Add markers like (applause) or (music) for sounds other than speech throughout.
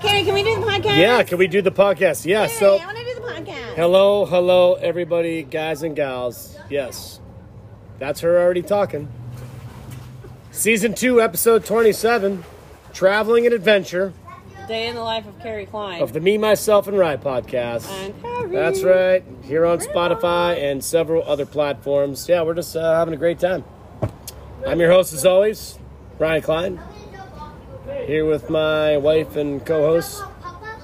Carrie, can we do the podcast? Yeah, can we do the podcast? Yeah, Carrie, so I want to do the podcast. hello, hello, everybody, guys and gals. Yes, that's her already talking. Season 2, episode 27 Traveling and Adventure Day in the life of Carrie Klein. of the Me, Myself, and Rye podcast. And Carrie. That's right, here on Spotify and several other platforms. Yeah, we're just uh, having a great time. I'm your host, as always, Ryan Klein, here with my wife and co host,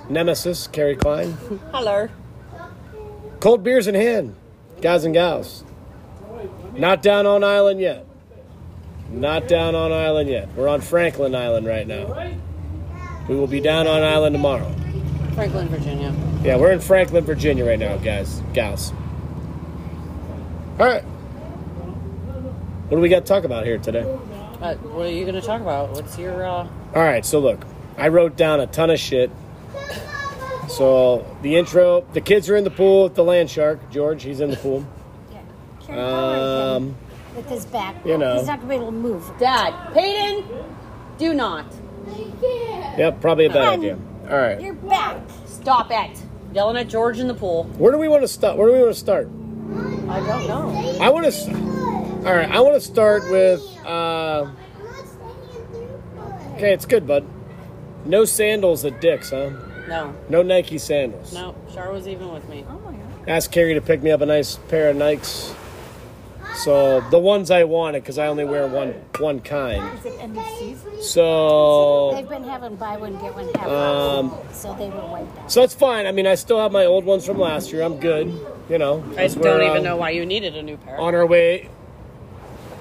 Nemesis, Carrie Klein. Hello. Cold beers in hand, guys and gals. Not down on island yet. Not down on island yet. We're on Franklin Island right now. We will be down on island tomorrow. Franklin, Virginia. Yeah, we're in Franklin, Virginia right now, guys, gals. All right. What do we got to talk about here today? Uh, what are you going to talk about? What's your. Uh... All right, so look, I wrote down a ton of shit. So the intro, the kids are in the pool with the land shark. George, he's in the pool. Karen Palmer Um, again with his back. you know. He's not going to be able to move. Dad, Peyton, do not. Yep, probably a bad Fun. idea. All right. You're back. Stop it. Yelling at George in the pool. Where do we want to start? Where do we want to start? I don't know. I want to. All right. I want to start with. Uh, okay, it's good, bud. No sandals at Dick's, huh? No. No Nike sandals. No. Char was even with me. Oh Asked Carrie to pick me up a nice pair of Nikes. So the ones I wanted, because I only wear one one kind. Is it end of season? So They've been having buy one get one half Um, off, so they were wiped out. so that's fine. I mean, I still have my old ones from last year. I'm good. You know. I as don't we're, even um, know why you needed a new pair. On our way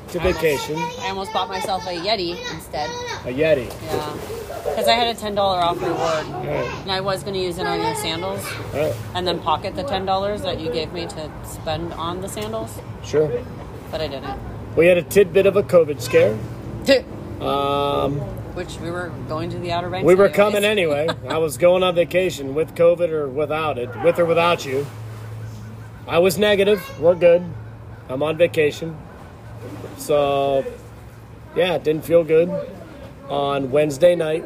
to vacation, I almost bought myself a Yeti instead. a Yeti. Yeah. Because I had a $10 off reward. All right. And I was going to use it on your sandals. All right. and then pocket the ten dollars that you gave me to spend on the sandals, Sure. but I didn't. We had a tidbit of a COVID scare. (laughs) Um, Which we were going to the Outer Banks. we were anyways. coming anyway. I was going on vacation with COVID or without it, with or without you. I was negative. We're good. I'm on vacation. So, yeah, it didn't feel good on Wednesday night.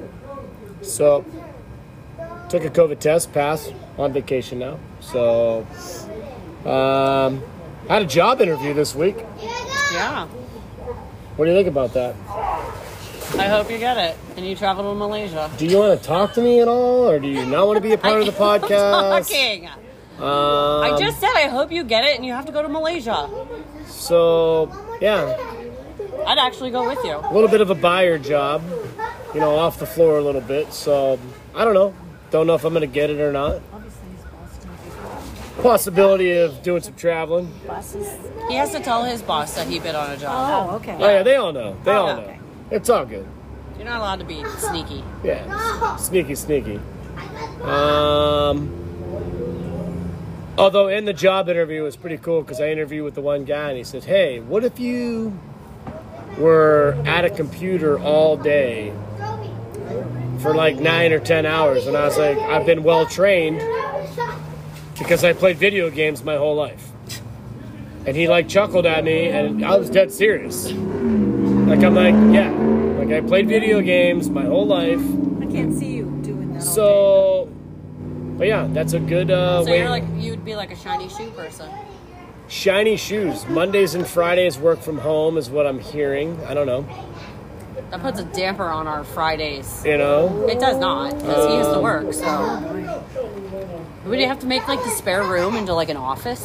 So, took a COVID test, passed, on vacation now. So, um, I had a job interview this week. Yeah, What do you think about that? I hope you get it, and you travel to Malaysia. Do you want to talk to me at all, or do you not want to be (laughs) a part of the I am podcast? Talking. Um, I just said I hope you get it, and you have to go to Malaysia. so yeah, I'd actually go with you. a little bit of a buyer job, you know, off the floor a little bit. So I don't know, don't know if I'm gonna get it or not. Possibility of doing some traveling. Bosses. He has to tell his boss that he bid on a job. Oh, okay. Oh yeah, they all know. They all know. Okay. It's all good. You're not allowed to be sneaky. Yeah, sneaky, sneaky. Um. Although in the job interview it was pretty cool because I interviewed with the one guy and he said, "Hey, what if you were at a computer all day for like nine or ten hours?" And I was like, "I've been well trained because I played video games my whole life." And he like chuckled at me, and I was dead serious. Like I'm like, yeah, like I played video games my whole life. I can't see you doing that. So, all but yeah, that's a good uh, So way. you're like you'd be like a shiny shoe person. Shiny shoes. Mondays and Fridays work from home is what I'm hearing. I don't know. That puts a damper on our Fridays. You know. It does not, because he used Oh. to work, so. Would you have to make like the spare room into like an office?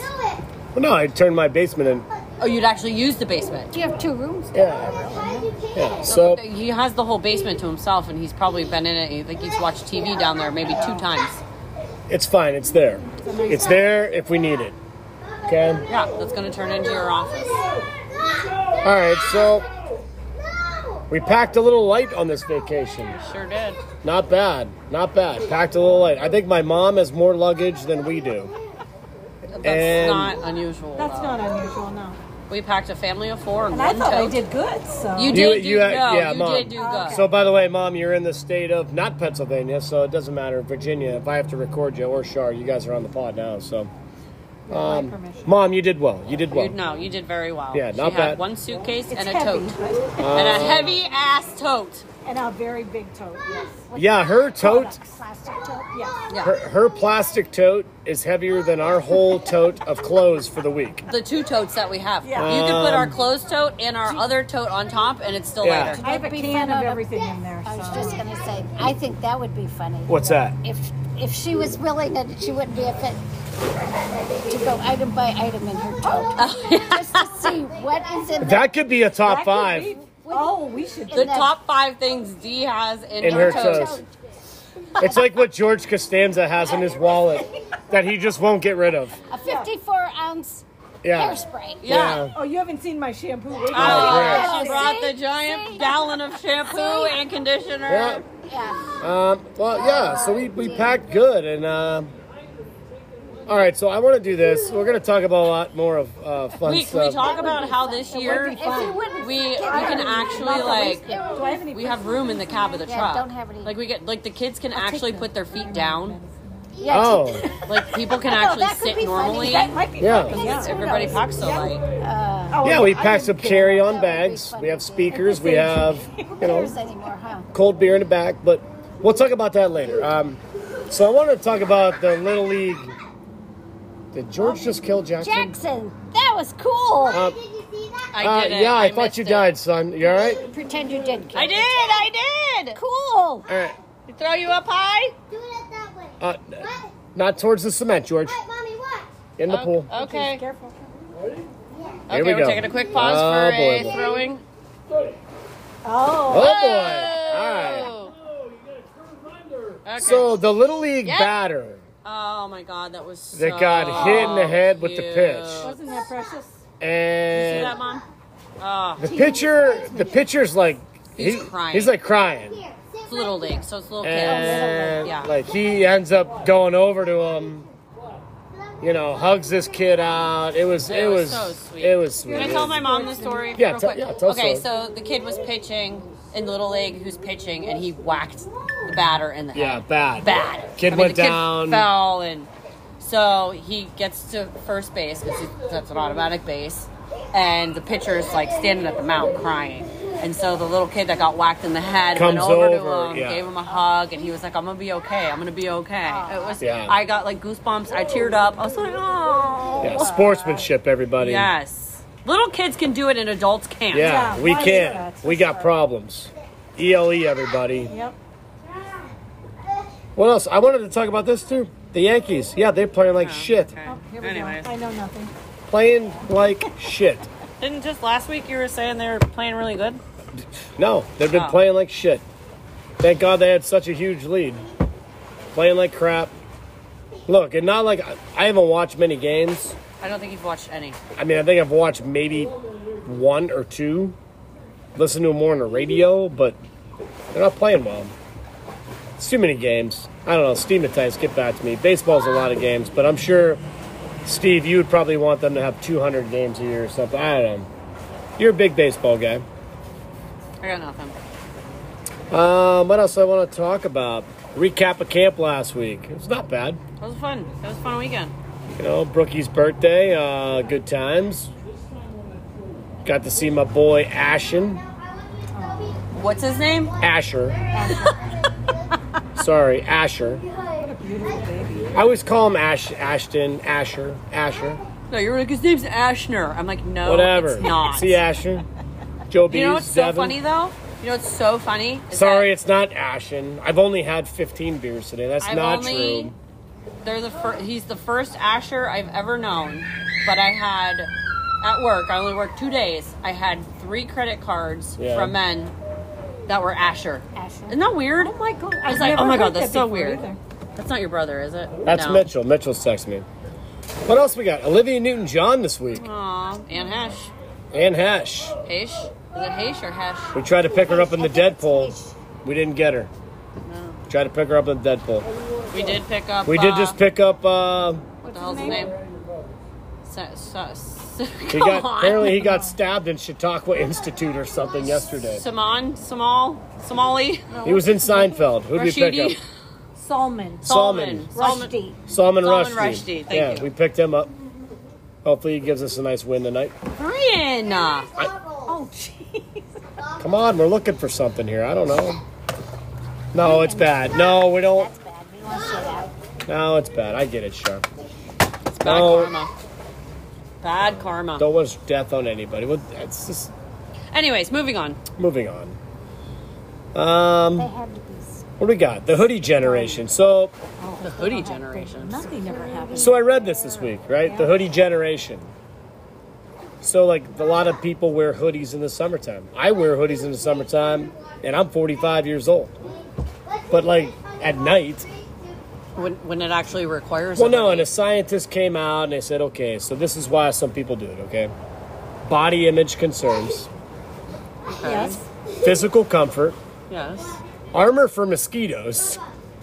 Well, no, I turned my basement in. Oh, you'd actually use the basement. Do you have two rooms? Yeah. Yeah. So He has the whole basement to himself, and he's probably been in it. Like he's watched TV down there maybe two times. it's fine. It's there. It's there if we need it. Okay. Yeah, that's gonna turn into your office. All right. So we packed a little light on this vacation. Sure did. Not bad. Not bad. Packed a little light. I think my mom has more luggage than we do. That's And- not unusual. day. That's though. not unusual, no. We packed a family of four, and, And one I thought I tote. did good, so. You You- did. do, you had- no, yeah, you Mom. did do good. So, by the way, Mom, you're in the state of not Pennsylvania, so it doesn't matter. Virginia, if I have to record you or Shar, you guys are on the pod now. So, my permission. Mom, you did well. You did well. You, no, you did very well. Yeah, she not had bad. Oh. one suitcase It's and a heavy, tote. but- and a heavy ass tote. (laughs) and a very big tote. Yes. Like Yeah, her tote, products, Plastic tote. Yeah. Yeah. her, her plastic tote is heavier than our whole tote of clothes for the week. the two totes that we have. Yeah. You can put our Um, clothes tote and our other tote on top, and it's still Yeah. lighter. I have a That'd be can fun of on a- everything in there. I was so- just gonna say, I think that would be funny. What's that? If if she was willing, and she wouldn't be a fit to go item by item in her tote, (laughs) just to see what is in That could be a That top could five. be- Oh, we should. The that- top five things Dee has in, In her, her tote. tote. It's like what George Costanza has in his wallet that he just won't get rid of. a 54 ounce Yeah. hairspray. Yeah. Oh, you haven't seen my shampoo. Wait, Oh, great. she brought the See? giant See? gallon of shampoo and conditioner. Yeah. Yeah. Um, well, yeah. So we, we packed good, and um all right. So I want to do this. We're gonna talk about a lot more of uh, fun We, can stuff. we talk about how this year be fun. If you we we can actually like Do I have any? we have room in the cab of the Yeah, truck. don't have any- Like we get like the kids can actually put their feet down. Yeah. oh, Like people can know, actually that could sit be funny. normally. That might be Yeah. (laughs) fun, Because it's- Who everybody knows? packs so Yeah. light. Oh, yeah. We I packed some didn't care. carry-on That would be bags. fun We to have do. speakers. We have you Who know cares anymore, huh? cold beer in the back, but we'll talk about that later. Um, so I want to talk about the little league. Did George just kill Jackson? Jackson, that was cool. Uh, I uh, did it. yeah, I, thought missed you it. died, son. You all right? Pretend you did. I did. I did. Cool. All right. Throw you up high? Do it that way. Uh, not towards the cement, George. Wait, mommy, what? In Oh, the pool. Okay. Okay, Careful. Here we are go. taking a quick pause Oh, for boy, a boy. throwing. Oh. Oh boy! All right. Okay. So the little league Yeah. batter oh my god, that was so that got hit in the head with the cute. pitch, Wasn't that precious? See that, and mom? Oh, the pitcher, the pitcher's like He's he- crying. He's like crying, Here, sit it's little league, so it's little and kids. Yeah. like he ends up going over to him. You know, hugs this kid out. It was, it It was was, so sweet. it was sweet. Can I tell my mom the story Yeah, real tell- quick? yeah, tell okay, the so the kid was pitching in Little League, who's pitching, and he whacked the batter in the head. Yeah, bad. bad. Kid I mean, went the down. Kid fell and so he gets to first base because that's an automatic base, and the pitcher's like standing at the mound crying. And so the little kid that got whacked in the head Comes went over, over, to him, yeah. gave him a hug, and he was like, "I'm gonna be okay. I'm gonna be okay." It was. Yeah. I got like goosebumps. I teared up. I was like, "Oh." Yeah, sportsmanship, everybody. Yes. Little kids can do it, and adults can't. Yeah, Yeah, we why is can't. that? We got problems. ELE, everybody. Yep. What else? I wanted to talk about this too. The Yankees. Yeah, they're playing like shit. Okay. Oh, here we Anyways, go. I know nothing. Playing like shit. didn't just last week you were saying they were playing really good? No, they've been Oh. playing like shit. Thank God they had such a huge lead. Playing like crap. Look, and not like I- I haven't watched many games. I don't think you've watched any. I mean, I think I've watched maybe one or two. Listen to them more on the radio, but they're not playing well. It's too many games. I don't know. Stigmatize, get back to me. Baseball's a lot of games, but I'm sure, Steve, you would probably want them to have 200 games a year or something. I don't know. You're a big baseball guy. I got nothing. Um, what else I want to talk about? Recap of camp last week. It's not bad. That was fun. That was a fun weekend. You know, Brookie's birthday, uh, good times. Got to see my boy Ashen. What's his name? Asher. (laughs) Sorry, Asher. What a beautiful baby. I always call him Ash, Ashton, Asher, Asher, No, you were like, his name's Ashner. I'm like, no, whatever. it's not. See Asher. Joe B. you know what's so funny, though? You know what's so funny? Is Sorry, that it's not Ashen. I've only had 15 beers today. That's I've not only- true. They're the fir- he's the first Asher I've ever known, but I had, at work, I only worked two days, I had three credit cards Yeah. from men that were Asher. Asher. Isn't that weird? Oh my god. I was like, Never oh my god, heard that's that so before weird. either. That's not your brother, is it? That's no. Mitchell. Mitchell's texting me. What else we got? Olivia Newton John this week. Aw, and Hesh. And Hesh. Hesh? Is it Hesh or Hesh? We tried to pick her up in the I think it's Deadpool. Hesh. We didn't get her. Tried to pick her up in the Deadpool. We did pick up. We did uh, just pick up. Uh, What What's the hell's his his name? name? So, so, (laughs) so, He come got on. apparently he got stabbed in Chautauqua Institute or something yesterday. Simon, Samal, Somali, He was in Seinfeld. Who'd we pick up? Rashidi, Salmon. Salman, Salmon. Rushdie. Salman Salman Rushdie. Rushdie, thank yeah, you. we picked him up. Hopefully, he gives us a nice win tonight. Brian! uh, Oh, (laughs) jeez. Come on, we're looking for something here. I don't know. No, it's bad. No, we don't. That's bad. We want to see that. No, it's bad. I get it, Sharp. It's bad No. karma. Bad karma. Don't wish death on anybody. Well, it's just Anyways, moving on. moving on. Um, They had to be. s- what do we got? The hoodie generation. So, The hoodie generation. Nothing ever happens. so I read this this week, right? The hoodie generation. So, like, a lot of people wear hoodies in the summertime. I wear hoodies in the summertime, and I'm 45 years old. But like at night, When, when it actually requires Well, a no, and hoodie. a scientist came out and they said, okay, so this is why some people do it, okay? Body image concerns, Okay. Yes. physical comfort, Yes. armor for mosquitoes,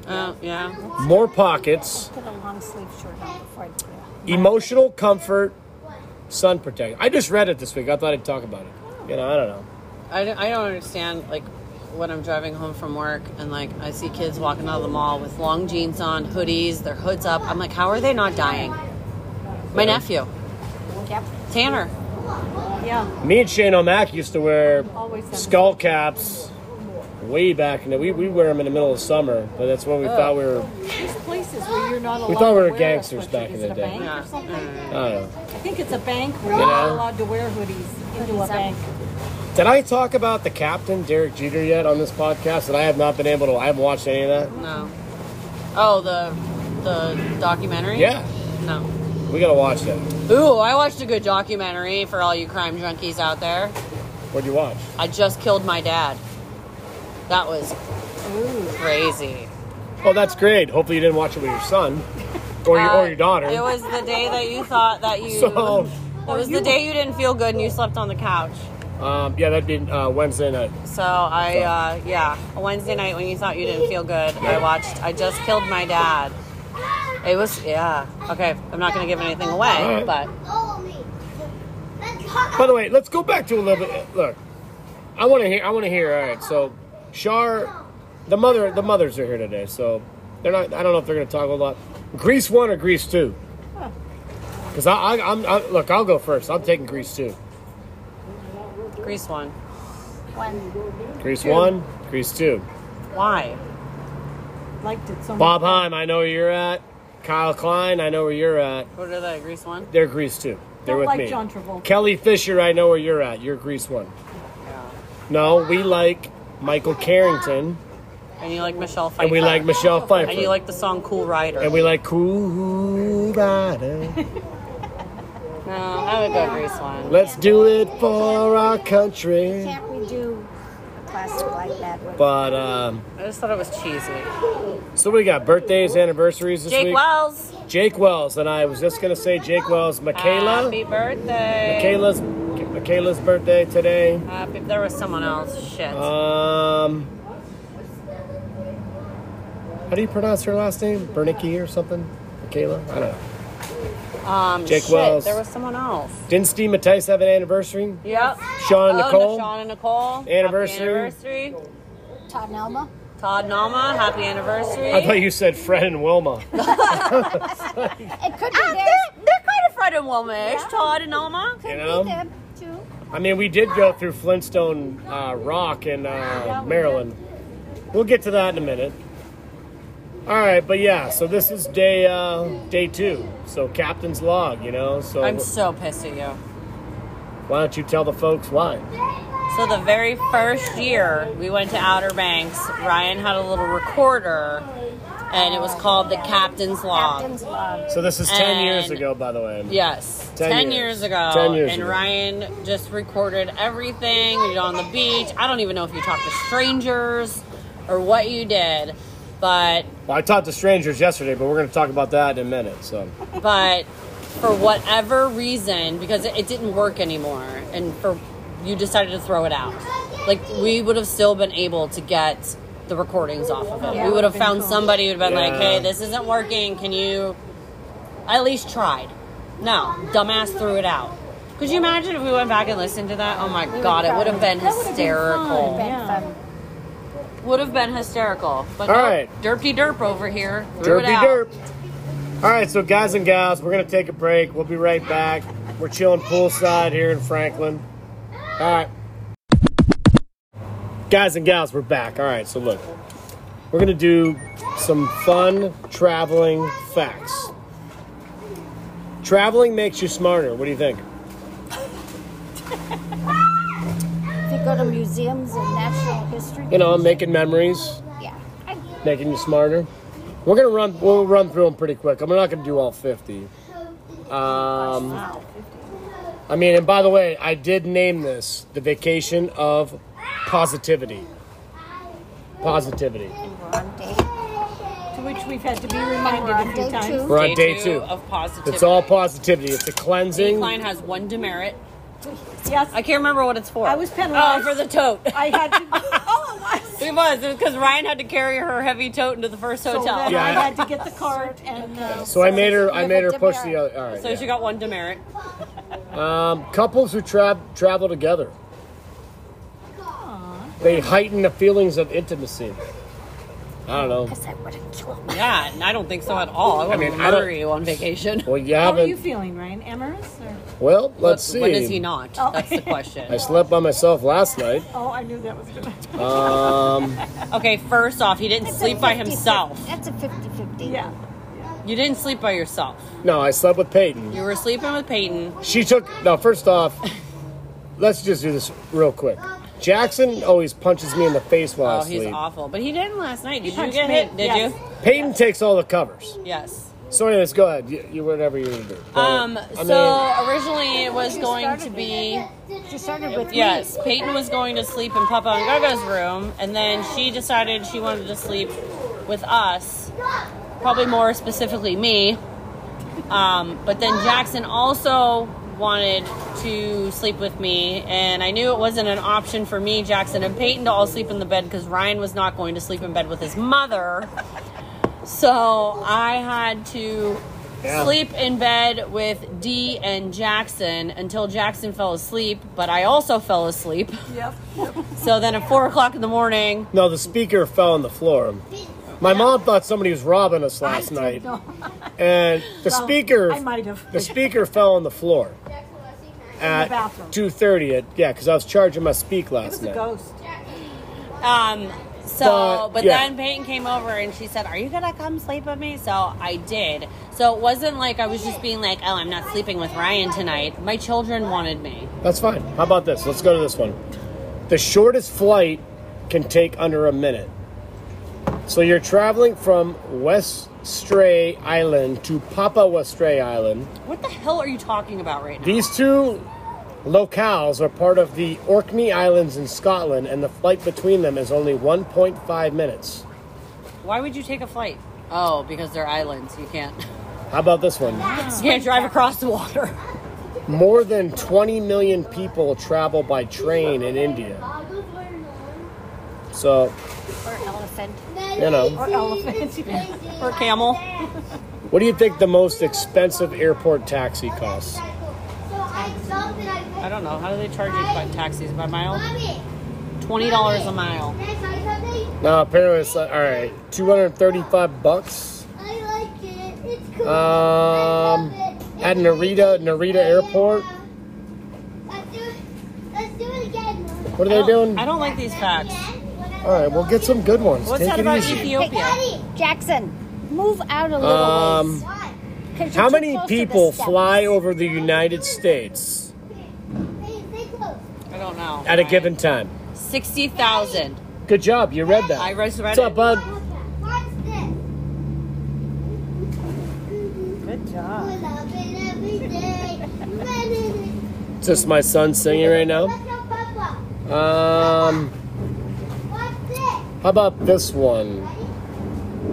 Uh, yeah. more pockets, Put a long sleeve shirt on before I do it. emotional comfort, sun protection. I just read it this week. I thought I'd talk about it. You know, I don't know. I, don't- I don't understand, like, when I'm driving home from work and, like, I see kids walking out of the mall with long jeans on, hoodies, their hoods up. I'm like, how are they not dying? My Yeah. nephew, Yep. Tanner. Yeah. Me and Shane O'Mac used to wear Always done. skull caps way back in the we we wear them in the middle of summer, but that's when we thought we were There's places where you're not allowed. thought we were to wear a gangsters sweatshirt. back in Is the it a day. bank or Yeah. something? I don't know. I think it's a bank where you're You not know? allowed to wear hoodies into Hoodies a up. bank. Did I talk about the captain Derek Jeter yet on this podcast? That I have not been able to. I haven't watched any of that. No. Oh, the the documentary? Yeah. No. We gotta watch that. Ooh, I watched a good documentary for all you crime junkies out there. What'd you watch? I just killed my dad. That was Ooh. crazy. Well, Oh, that's great. Hopefully, you didn't watch it with your son or your, Uh, or your daughter. (laughs) It was the day that you thought that you. So- it was the day you didn't feel good and you slept on the couch. um, yeah, that'd be uh, Wednesday night. So I, uh, yeah, Wednesday night when you thought you didn't feel good, I watched. I just killed my dad. Ah. It was yeah. Okay, I'm not gonna give anything away, Alright. but By the way, let's go back to a little bit. Look, I want to hear. I want to hear. All right, so Shar, the mother, the mothers are here today, so they're not. I don't know if they're gonna talk a lot. Greece one or Greece two? Because I, I, I'm I, look. I'll go first. I'm taking Greece two. Grease one. One. Greece one, Greece two. Why? Liked it so much. Bob Heim, I know where you're at. Kyle Klein, I know where you're at. What are they? Grease one. They're Grease too. They're Don't with like me. John Travolta. Kelly Fisher, I know where you're at. You're Grease one. Yeah. No, we like Michael Carrington, And you like Michelle Pfeiffer. and we like Michelle Pfeiffer, And you like the song Cool Rider. and we like Cool Rider. no, I would go Grease one. Let's do it for our country. Can't we do a classic like that? with- But um, I just thought it was cheesy. so what do we got birthdays, anniversaries this Jake week. Wells. Jake Wells, and I was just gonna say Jake Wells, Michaela, Happy birthday. Michaela's, Michaela's birthday today. Happy. There was someone else. Shit. Uh, Um, how do you pronounce her last name? Bernicki or something? Michaela? I don't know. um. Jake shit, Wells. There was someone else. Didn't Steve Matisse have an anniversary? Yep. Sean and oh, Nicole. Sean and Nicole. Happy Anniversary. anniversary. Todd and Elma. Todd Nama. Happy anniversary. I thought you said Fred and Wilma. It could be Ah, theirs. they're, they're kind of Fred and Wilma. Yeah. Todd and Alma. You Could be know? them too. I mean, we did go through Flintstone uh, Rock in uh, Maryland. We'll get to that in a minute. All right, but yeah, so this is day uh, day two. So Captain's Log, you know. So I'm so pissed at you. why don't you tell the folks why? So the very first year we went to Outer Banks, Ryan had a little recorder, and it was called the Captain's Log. Captain's log. So this is ten years And- ago, by the way. Yes, 10 ten, years. years. ago. 10 years and ago. Ryan just recorded everything you know, on the beach. I don't even know if you talked to strangers or what you did, but Well, I talked to strangers yesterday, but we're going to talk about that in a minute. So, but for whatever reason, because it, it didn't work anymore, and for you decided to throw it out. Like we would have still been able to get the recordings off of it. Yeah, we would have would've been found cool. somebody who'd been like, Yeah. "Hey, this isn't working. Can you?" I at least tried. No, dumbass threw it out. Could you imagine if we went back and listened to that? Oh my god, it would have been That would've been hysterical. fun. Been Yeah. fun. Would have been hysterical. But All no, right. derpy derp over here. Threw it derpy out. derp. All right, so guys and gals, we're gonna take a break. We'll be right back. We're chilling poolside here in Franklin. All right, guys and gals, we're back. All right, so look, we're gonna do some fun traveling facts. Traveling makes you smarter. What do you think? If you go to museums and national history, You know, making memories, yeah. I- making you smarter. We're gonna run. We'll run through them pretty quick. I'm not gonna do all 50. Um, Wow. I mean, and by the way, I did name this the vacation of positivity. Positivity. We're on day. To which we've had to be reminded a few Day times. two. We're on day two. of positivity. It's all positivity. It's a Dave cleansing. Klein has one demerit. Yes, I can't remember what it's for. I was penalized. Oh, for the tote. I (laughs) had to. Oh, I (laughs) was. it was because Ryan had to carry her heavy tote into the first So hotel. then Yeah. I had to get the cart and. Uh, So I made her. I made her push the Demerit. other. All right. So she yeah. got one demerit. Um, couples who tra- travel together, they heighten the feelings of intimacy. I don't know. Because I would have killed him. Yeah, and I don't think so at all. I I wouldn't mean, I don't- murder you on vacation. Well, you how are you haven't. feeling, Ryan? Amorous or? Well, let's But see. When is he not? Oh. That's the I (laughs) question. slept by myself last night. Oh, I knew that was gonna. (laughs) Um, (laughs) Okay, first off, he didn't That's a sleep by 50-50. himself. That's a 50 50. Yeah. You didn't sleep by yourself. no, I slept with Peyton. You were sleeping with Peyton. She took now. First off, let's just do this real quick. Jackson always punches me in the face while Oh, I sleep. he's awful. But he didn't last night. Did you punched get me. hit? Did Yes. you? Peyton takes all the covers. Yes. So, anyways, go ahead. You, you whatever you need to do. Go Um. ahead. I mean, So originally it was She going to started be She started with me. yes. Peyton was going to sleep in Papa and Gaga's room, and then she decided she wanted to sleep with us. Probably more specifically me. Um. But then Jackson also wanted to sleep with me, and I knew it wasn't an option for me, Jackson, and Peyton to all sleep in the bed because Ryan was not going to sleep in bed with his mother. So I had to Yeah. sleep in bed with Dee and Jackson until Jackson fell asleep, but I also fell asleep. Yep. So then at four o'clock in the morning, no, the speaker fell on the floor. My mom thought somebody was robbing us last night, and the speaker I might have. the speaker fell on the floor at bathroom. two thirty. At yeah, because I was charging my speak It was last a night. ghost. um, so But, but, yeah. then Peyton came over and she said, "Are you gonna come sleep with me?" So I did. So it wasn't like I was just being like, "Oh, I'm not sleeping with Ryan tonight." My children wanted me. That's fine. How about this? Let's go to this one. The shortest flight can take under a minute. So you're traveling from West Stray Island to Papa Westray Island. What the hell are you talking about right now? These two locales are part of the Orkney Islands in Scotland, and the flight between them is only 1.5 minutes. Why would you take a flight? Oh, because they're islands. You can't. (laughs) How about this one? You can't drive across the water. More than 20 million people travel by train in India. So, Or elephant. you know. Or (laughs) elephant. Or camel. What do you think the most expensive airport taxi costs? I I don't know. How do they charge you by taxis by mile? Mommy, Twenty dollars a mile. can I tell you something? No, apparently it's like, all right, two hundred thirty-five bucks. I like it. It's cool. Um, at Narita Narita Airport. Let's do it. Let's do it again. Mommy. What are I they don't- doing? I don't like these facts. Again? Whatever. All right, well, get some good ones. What's Take that it about easy. Hey, Ethiopia? Daddy. Jackson, move out a little Um, ways. What? 'Cause you're How too many close to the people steps. fly over the United States Hey, stay close. I don't know. at a given time? sixty thousand. Good job, you read that. I read it. What's up, bud? What's this? Good We job. love it every day. Running it. It's just my son singing right now. Look at Papa. Um, What's this? how about this one?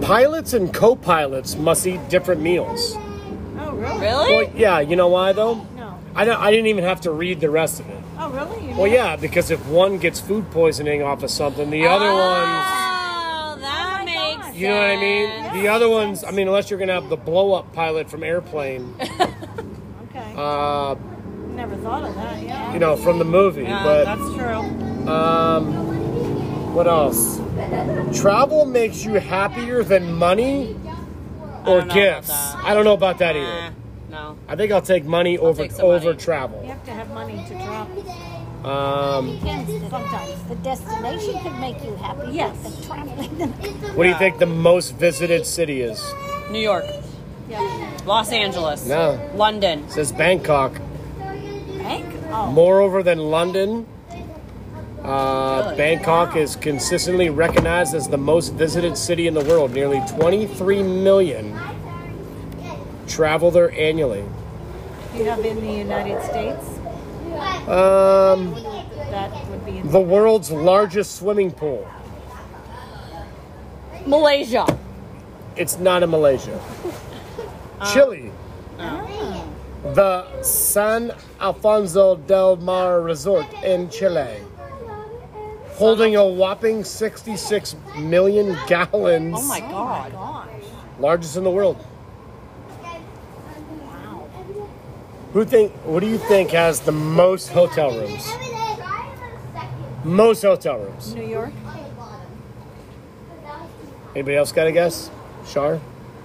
Pilots and co-pilots must eat different meals. Oh, really? Really? Well, yeah, you know why though? No. I don't, I didn't even have to read the rest of it. Oh, really? You Well, did? yeah, because if one gets food poisoning off of something, the other ones, Oh, that makes. Sense. you know what I mean? The other ones, I mean, unless you're going to have the blow up pilot from Airplane, Okay. uh, Never thought of that. Yeah. you know, from the movie. Yeah, but that's true. um, what else? Travel makes you happier than money don't or know about gifts. that. I don't know about that Nah, either. no. I think I'll take money over take some over money. You travel. have to have money to travel. Um, Depends sometimes. The destination could make you happy. Yes. but The traveling. what do you think the most visited city is? New York, Yeah. Los Angeles, No. London. It says Bangkok. Bank? Oh. Moreover than London, uh, Bangkok is consistently recognized as the most visited city in the world. Nearly 23 million travel there annually. Do you have in the United States? Um, That would be in the world's largest swimming pool. Malaysia. It's not (laughs) in Malaysia. Chile. Oh. The San Alfonso del Mar Resort in Chile, holding a whopping 66 million gallons. Oh my God. largest in the world. Who think? What do you think has the most hotel rooms? Most hotel rooms. New York? Anybody else got a guess? Shar,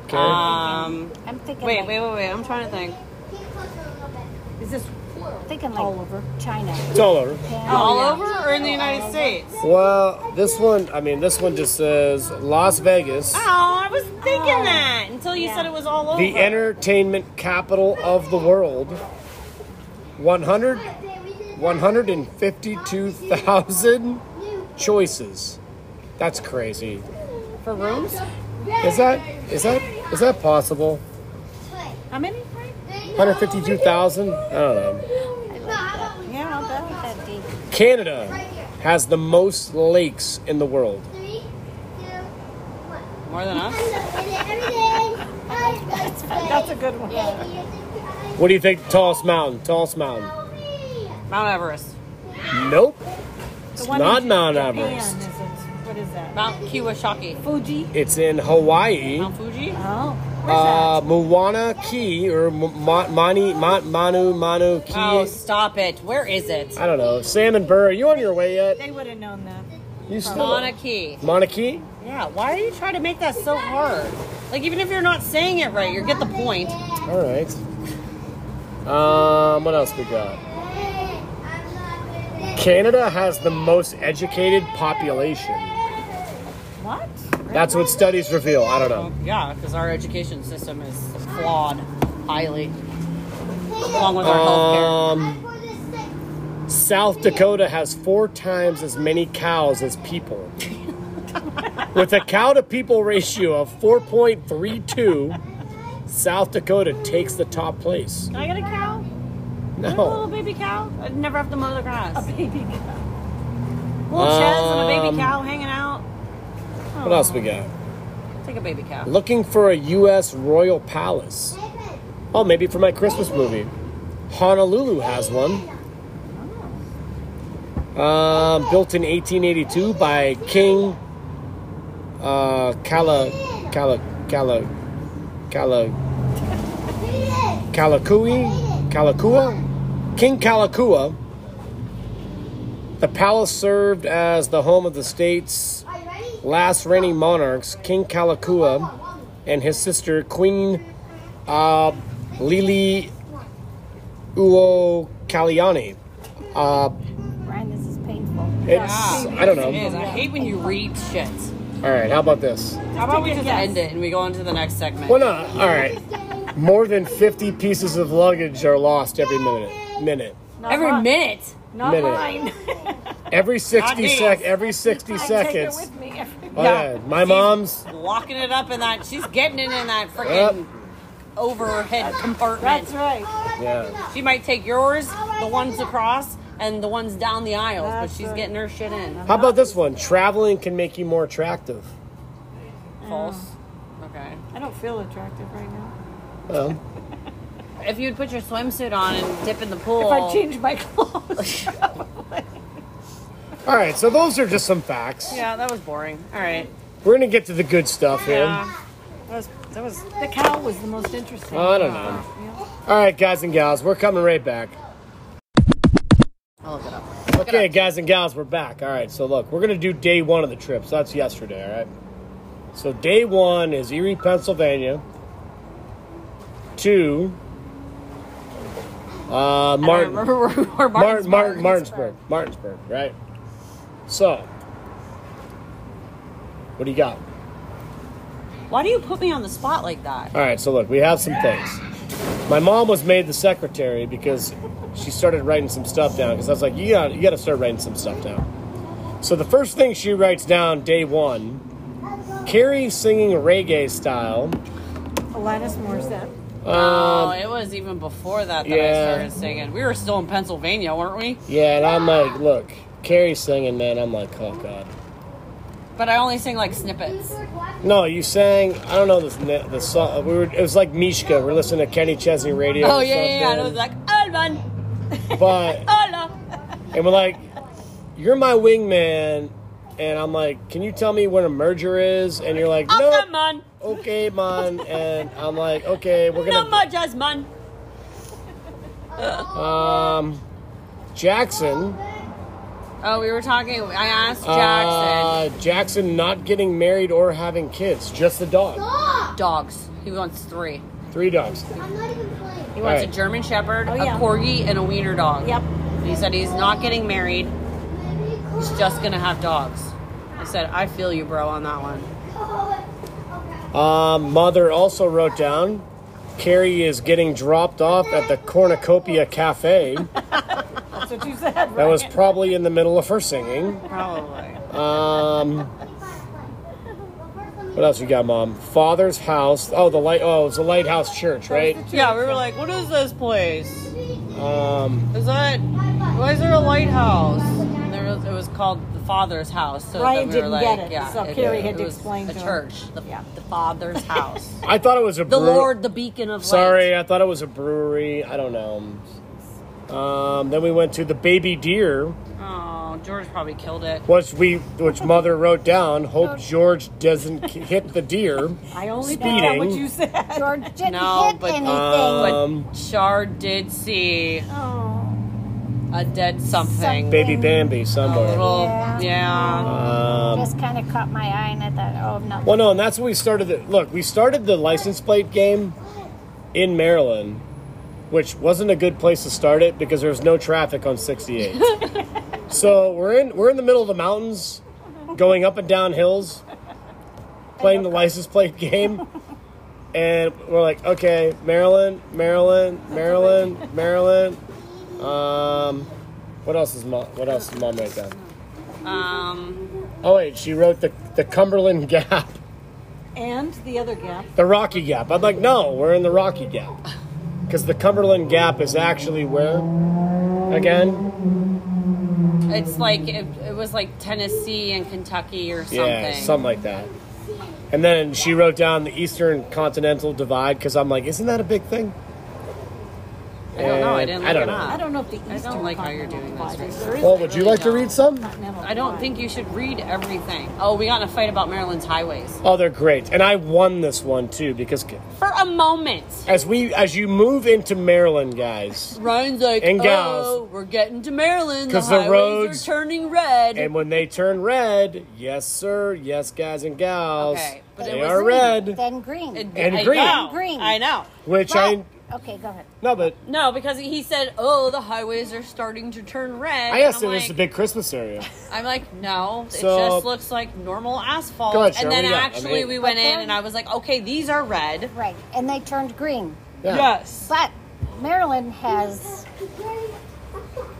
Carrie, Um. I'm thinking. Wait, like, wait, wait, wait. I'm trying to think. Is this Thinking like all over? China. it's all over. All over or in the United States? Well, this one. I mean, this one just says Las Vegas, Oh, I was thinking that until you said it was all over. the entertainment capital of the world. 100, 152,000 choices. That's crazy. for rooms. Is that is that is that possible? How many? 152,000? I don't know. Yeah, not bad. That deep. Canada has the most lakes in the world. More than us. That's a good one. What do you think? the Tallest mountain? Tallest mountain? Mount Everest. Nope. The It's one not in Mount Japan Everest. is it- What is that? Mount Kiwashaki. Fuji? It's in Hawaii. Mount Fuji. Oh. Where's Uh, Moana Key or M- Ma- Mani Ma- Manu Manu Key. Oh, stop it. Where is it? I don't know. Sam and Burr, are you on your way yet? that? They would have known that. You still Mauna Kea. Mauna Kea? Yeah. Why are you trying to make that so hard? Like even if you're not saying it right, you get the point. All right. Um, what else we got? Canada has the most educated population. What? That's what studies reveal. I don't know. Well, yeah, because our education system is flawed highly, along with our healthcare. Um, South Dakota has four times as many cows as people. With a cow to people ratio of 4.32, South Dakota takes the top place. Can I get a cow? A little No. baby cow? I'd never have to mow the grass. A baby cow. Little Ches and a Um, baby cow hanging out. What else we got? Take a baby cow. Looking for a U.S. royal palace. Oh, maybe for my Christmas movie. Honolulu has one. Um, built in 1882 by King uh, Kala Kala Kala Kala Kalakui Kalakua King Kalakua. The palace served as the home of the state's last reigning monarchs, King Kalakua and his sister Queen uh, Lili Uokaliani. Uh, Brian, this is painful. it's I don't It is. know. I hate when you read shit. All right, how about this? How about we just end it and we go on to the next segment? Well, no. All right. More than 50 pieces of luggage are lost every minute. Minute. Not Every mine. minute. Not minute. mine. (laughs) Every 60 Not sec. these. Every 60 I take it seconds. with me every Oh, yeah. My She's (laughs) mom's. locking it up in that. She's getting it in that freaking overhead compartment. That's right. Yeah. She might take yours, the ones across, and the ones down the aisles, That's but she's right. getting her shit in. How about this one? Traveling can make you more attractive. False. Okay. I don't feel attractive right now. Well, If you'd put your swimsuit on and dip in the pool, If I change my (laughs) clothes. all right. So those are just some facts. yeah, that was boring. All right. We're gonna get to the good stuff here. Yeah. That was, that was the cow was the most interesting. I don't know. All right, guys and gals, we're coming right back. I'll look it up. Okay, guys and gals, we're back. All right, so look, we're gonna do day one of the trip. So that's yesterday. All right. So day one is Erie, Pennsylvania. to uh, I don't (laughs) Martin. remember where we were. Martin, Martinsburg. Martin, Martinsburg. Martinsburg, right? So, what do you got? Why do you put me on the spot like that? All right, so look, we have some things. My mom was made the secretary because she started writing some stuff down. Because I was like, you got you got to start writing some stuff down. So the first thing she writes down day one, Carrie singing reggae style. Uh. Alanis Morissette. oh, it was even before that that Um, yeah. I started singing. We were still in Pennsylvania, weren't we? Yeah, and I'm like, look, Carrie singing, man. I'm like, oh god. But I only sing like snippets. No, you sang. I don't know this the song. We were. It was like Mishka. We're listening to Kenny Chesney radio. Oh or yeah, yeah, yeah. And it was something. like, Alman, But hola. and we're like, "You're my wingman," and I'm like, "Can you tell me when a merger is?" And you're like, "No." Come on, Okay, man. And I'm like, "Okay, we're no gonna." more jazz, man. Um, Jackson. Oh, we were talking. I asked Jackson. Uh, Jackson not getting married or having kids. Just the dog. Dogs. He wants three. Three dogs. I'm not even playing. He wants Alright. a German Shepherd, yeah. a Corgi, and a Wiener dog. Yep. And he said he's not getting married. Maybe you He's just gonna have dogs. I said, I feel you, bro, on that one. Um, mother also wrote down. Carrie is getting dropped off at the Cornucopia Cafe. That's what you said, right? That was probably in the middle of her singing. Probably. Um, what else we got, Mom? Father's house. Oh, the light. Oh, it's a lighthouse church, right? Yeah, we were like, what is this place? Um, Is that why is there a lighthouse? And there was, it was called the Father's House. So then Ryan we were didn't like, get it, yeah, so Carrie had it to was explain a to him. church, the, Yeah. the (laughs) Father's House, I thought it was a. the brew- Lord, the beacon of light. Sorry, I thought it was a brewery. I don't know. Um, then we went to the Baby Deer, Oh, George probably killed it. which we, which Mother wrote down. Hope George doesn't k- hit the (laughs) deer. I only picked up what Speeding. you said. George didn't No, hit but- anything. Um, but Char did see Oh. a dead something. Baby Bambi A somewhere. little, Yeah. yeah. Um, just kind of caught my eye, and I thought, oh no. Well, no, and that's when we started. The, look, we started the license plate game in Maryland, which wasn't a good place to start it because there was no traffic on 68. so we're in we're in the middle of the mountains, going up and down hills, playing the license plate game, and we're like, okay, Maryland, Maryland, Maryland, Maryland. Um, what else is mom? What else is mom right down? Uh. Um, Oh wait, she wrote the the Cumberland (laughs) Gap. And the other gap. The Rocky Gap. I'm like, no, we're in the Rocky Gap. Because the Cumberland Gap is actually where? Again? it's like it, it was like Tennessee and Kentucky or something. Yeah, something like that. And then she wrote down the Eastern Continental Divide because I'm like, isn't that a big thing? I don't know. I And didn't. Look I don't it know. Up. I don't know if the Eastern I don't like how you're doing this right now. Well, would you like to read some? I don't think you should read everything. Oh, we got in a fight about Maryland's highways. Oh, they're great. And I won this one too because For a moment. as we as you move into Maryland, guys, Ryan's like, And gals. oh, we're getting to Maryland. The 'Cause the highways roads- are turning red. and when they turn red, yes sir, yes guys and gals, Okay, but they it was are red. Then green. It- and I green. know, Green. I know. Which I But- okay, go ahead. no, but No, because he said, oh, the highways are starting to turn red. I asked And if I'm this like, is a big Christmas area. I'm like, no, it So- just looks like normal asphalt. Go ahead, Sharon, and then what do you got? I actually, mean- we went But in then- and I was like, okay, these are red. Right, and they turned green. Yes. But Maryland has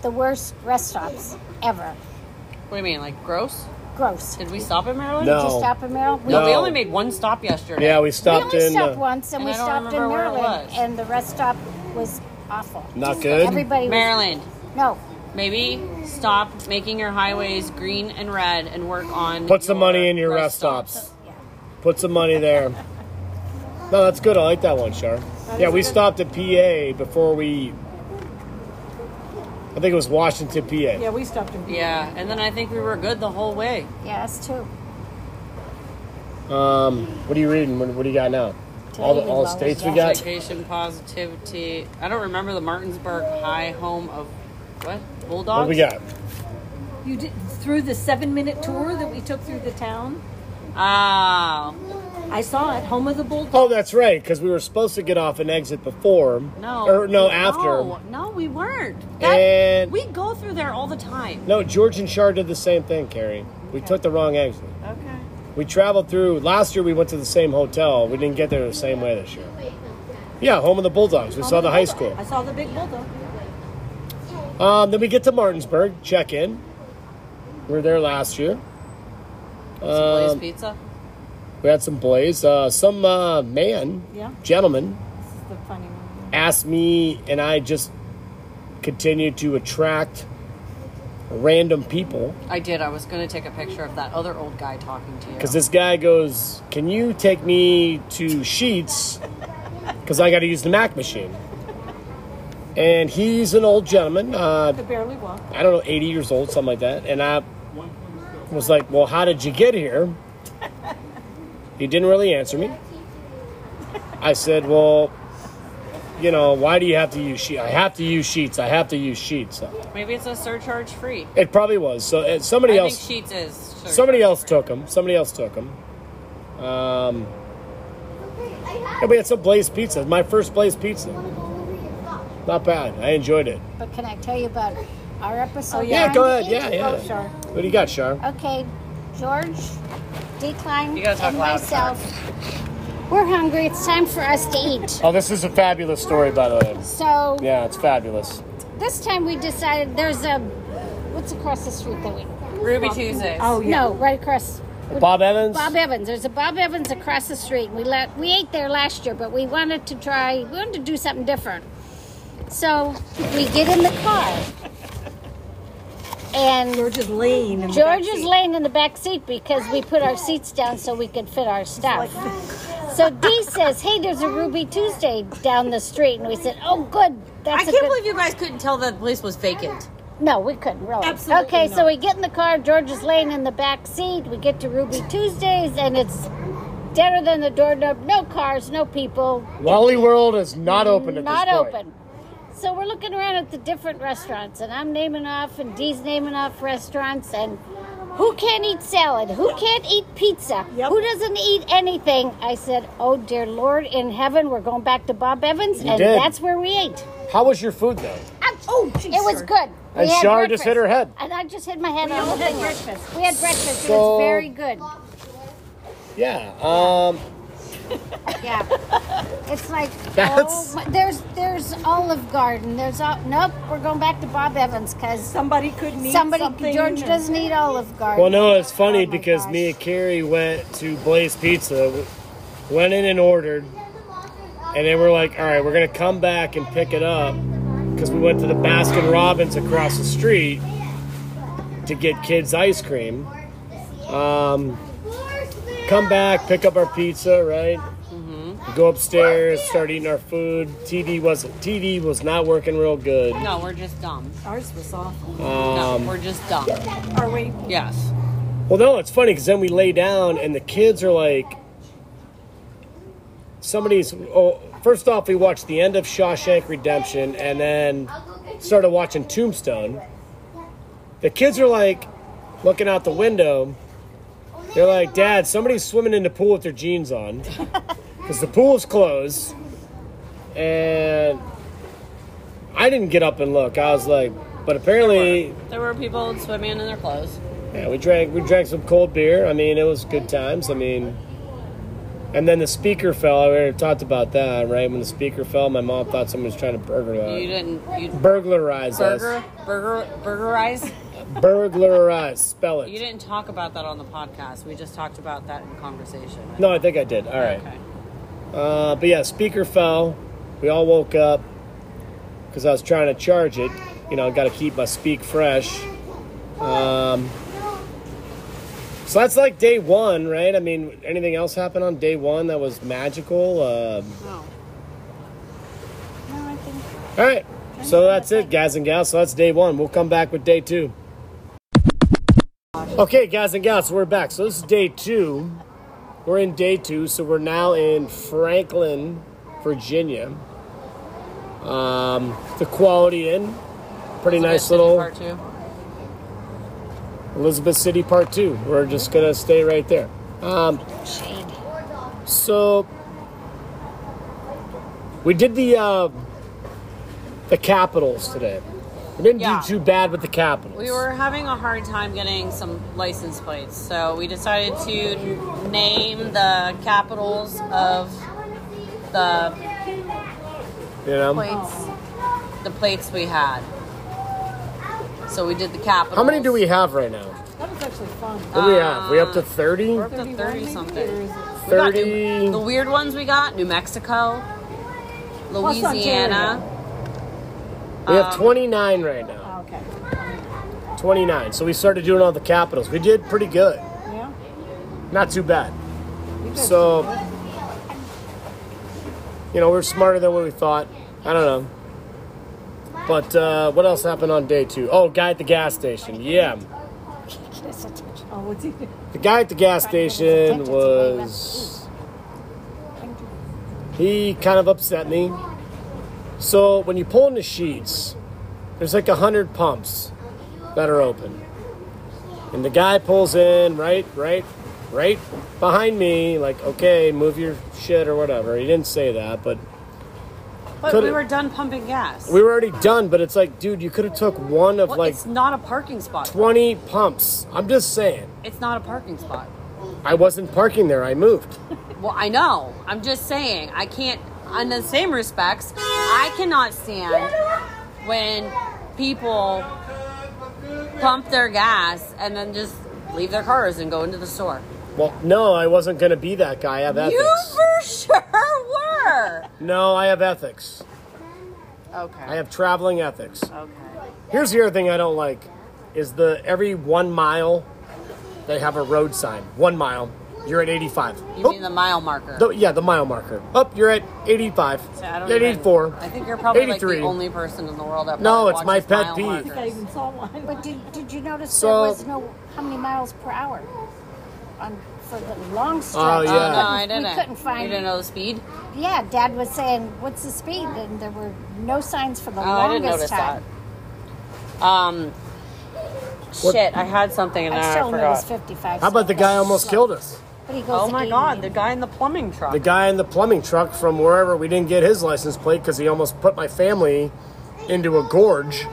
the worst rest stops ever. What do you mean, like gross? Gross. Did Did we stop in Maryland? No. you stop in Maryland? We, No. We only made one stop yesterday. Yeah, we we stopped only in. stopped uh, once, and, And we I don't stopped in remember where it Maryland, was. and the rest stop was awful. Not good? Everybody was- Maryland. No. Maybe stop making your highways green and red and work on. Put some money in your rest stops. Put some money there. No, that's good. I like that one, Char. Yeah, we stopped at PA before we. I think it was Washington, PA. Yeah, we stopped in. Yeah, and then I think we were good the whole way. Yeah, that's true. Um, what are you reading? What, what do you got now? All the all the states we got. Vacation positivity. I don't remember the Martinsburg High home of what Bulldogs. What we got? You did through the seven-minute tour that we took through the town. Oh, I saw it, home of the Bulldogs. Oh, that's right, because we were supposed to get off and exit before. No. Or no, after. No, no, we weren't. That- And- we go through there all the time. No, George and Char did the same thing, Carrie. We took the wrong exit. Okay. We traveled through. Last year, we went to the same hotel. We didn't get there the same way this year. Yeah, home of the Bulldogs. We Home saw of the high Bulldog. school. I saw the big bulldog. Um, then we get to Martinsburg, check in. We were there last year. Blaze Um, Pizza. we had some blaze. Uh, some uh, man, Yeah. gentleman, This is the funny one. asked me, and I just continued to attract random people. I did. I was going to take a picture of that other old guy talking to you. Because this guy goes, Can you take me to Sheets? Because I got to use the Mac machine. And he's an old gentleman, uh, Could barely walk. I don't know, 80 years old, something like that. And I was like, Well, how did you get here? He didn't really answer me. I said, Well, you know, why do you have to use sheets? I have to use sheets. I have to use sheets. Maybe it's a surcharge free. It probably was. So uh, somebody I else. think Sheets is. surcharge Somebody else free. took them. Somebody else took them. Um, yeah, we had some Blaze pizza. My first Blaze pizza. Not bad. I enjoyed it. But can I tell you about our episode? Oh, Yeah, on go ahead. Yeah, YouTube? Oh, yeah. sure. What do you got, Char? Okay, George, Decline, You gotta talk and loud. myself. We're hungry. It's time for us to eat. Oh, this is a fabulous story, by the way. So Yeah, it's fabulous. this time we decided there's a what's across the street that we Ruby Tuesdays. Oh, yeah. no right across Bob E- Evans. Bob Evans. There's a Bob Evans across the street. We let we ate there last year, but we wanted to try. We wanted to do something different. So we get in the car, and George is lean. in the George backseat. is laying in the back seat because we put our seats down so we could fit our stuff. So Dee says, "Hey, there's a Ruby Tuesday down the street," and we said, "Oh, good. That's I a can't good- believe you guys couldn't tell that the place was vacant. No, we couldn't really. Absolutely Okay, not. so we get in the car. George is laying in the back seat. We get to Ruby Tuesdays, and it's deader than the doorknob. No cars, no people. Wally World is not open at not this point. open. So we're looking around at the different restaurants, and I'm naming off, and Dee's naming off restaurants, and who can't eat salad? Who can't eat pizza? Yep. Who doesn't eat anything? I said, "Oh dear Lord in heaven, we're going back to Bob Evans," You and did. that's where we ate. How was your food, though? Oh, it was good. We And had Shar just breakfast. hit her head. And I just hit my head We on all the had thing. breakfast. We had breakfast. It So- was very good. Yeah. Um, (laughs) Yeah. It's like That's- oh, my- there's there's Olive Garden. There's all, nope. We're going back to Bob Evans because Somebody couldn't eat somebody something. George or- doesn't eat Olive Garden. Well, no, it's funny Oh my because gosh. me and Carrie went to Blaze Pizza, w- went in and ordered, and then we're like, all right, we're gonna come back and pick it up because we went to the Baskin Robbins across the street to get kids ice cream. Um, come back, pick up our pizza, right? Go upstairs, start eating our food. TV wasn't TV was not working real good. No, we're just dumb. Ours was awful. Um, no, we're just dumb. Are we? Yes. Well, no, it's funny because then we lay down and the kids are like, somebody's. Oh, first off, we watched the end of Shawshank Redemption and then started watching Tombstone. The kids are like looking out the window. They're like, Dad, somebody's swimming in the pool with their jeans on because the pool's closed. And I didn't get up and look. I was like, but apparently There were people swimming in their clothes. yeah, we drank we drank some cold beer. I mean, it was good times. I mean, and then the speaker fell. I already talked about that, right? When the speaker fell, my mom thought someone was trying to You burglarize, didn't. You burglarize burger burger burgerize. us. Burglarize. Spell You it. didn't talk about that on the podcast. We just talked about that in conversation. No, I think I did. All right. Okay. Uh, but yeah, speaker fell. We all woke up because I was trying to charge it. You know, got to keep my speak fresh. Um, so that's like day one, right? I mean, anything else happened on day one that was magical? Um, No. No, I think. All right. So that's it, guys and gals. So that's day one. We'll come back with day two. Okay, guys and gals, we're back. So this is day two. We're in day two, so we're now in Franklin, Virginia. Um, the Quality Inn, pretty nice Elizabeth City little Part Elizabeth City Part Two. We're just gonna stay right there. Um, Shade. So we did the uh, the capitals today. We didn't Yeah. do too bad with the capitals. We were having a hard time getting some license plates, so we decided to name the capitals of the you know. plates the plates we had. So we did the capitals. How many do we have right now? That was actually fun. What do we have? We up to thirty. Uh, We're up to 30 something. We got New- Thirty. the weird ones we got New Mexico, Louisiana. We uh, have twenty nine right now. Oh, okay. 29. So we started doing all the capitals. We did pretty good. Yeah. Not too bad. So, you know, we're smarter than what we thought. I don't know. But uh, what else happened on day two? Oh, guy at the gas station. Yeah. Oh, what's he? The guy at the gas station was. He kind of upset me. So when you pull in the sheets, there's like a hundred pumps that are open. And the guy pulls in right, right, right behind me, like, okay, move your shit or whatever. He didn't say that, but But Could we it- were done pumping gas. we were already done, but it's like, dude, you could have took one of Well, like it's not a parking spot. twenty pumps. I'm just saying. It's not a parking spot. I wasn't parking there, I moved. Well, I know. I'm just saying. I can't. In the same respects, I cannot stand when people pump their gas and then just leave their cars and go into the store. Well, no, I wasn't gonna be that guy. I have ethics. You for sure were. No, I have ethics. I Okay. have traveling ethics. Okay. Here's the other thing I don't like is the every one mile they have a road sign. One mile, you're at 85. You Oh, mean the mile marker? the- yeah, the mile marker. Up, you're at 85. So I don't at even- 84. I think you're probably like 83. the only person in the world that. No, probably it's my watches pet mile peeve. I markers. even saw one. But did, did you notice So- there was no how many miles per hour on for the long stretch? Oh, Oh, yeah. no, I We didn't. couldn't find- You didn't know the speed. Yeah, Dad was saying, "What's the speed?" And there were no signs for the Oh, I longest didn't notice time. that. Um, shit, I had something and I I, still knew it was forgot. fifty-five. How about the guy almost killed us? But he goes Oh to my 80. god, the guy in the plumbing truck. The guy in the plumbing truck from wherever we didn't get his license plate because he almost put my family into a (laughs) gorge.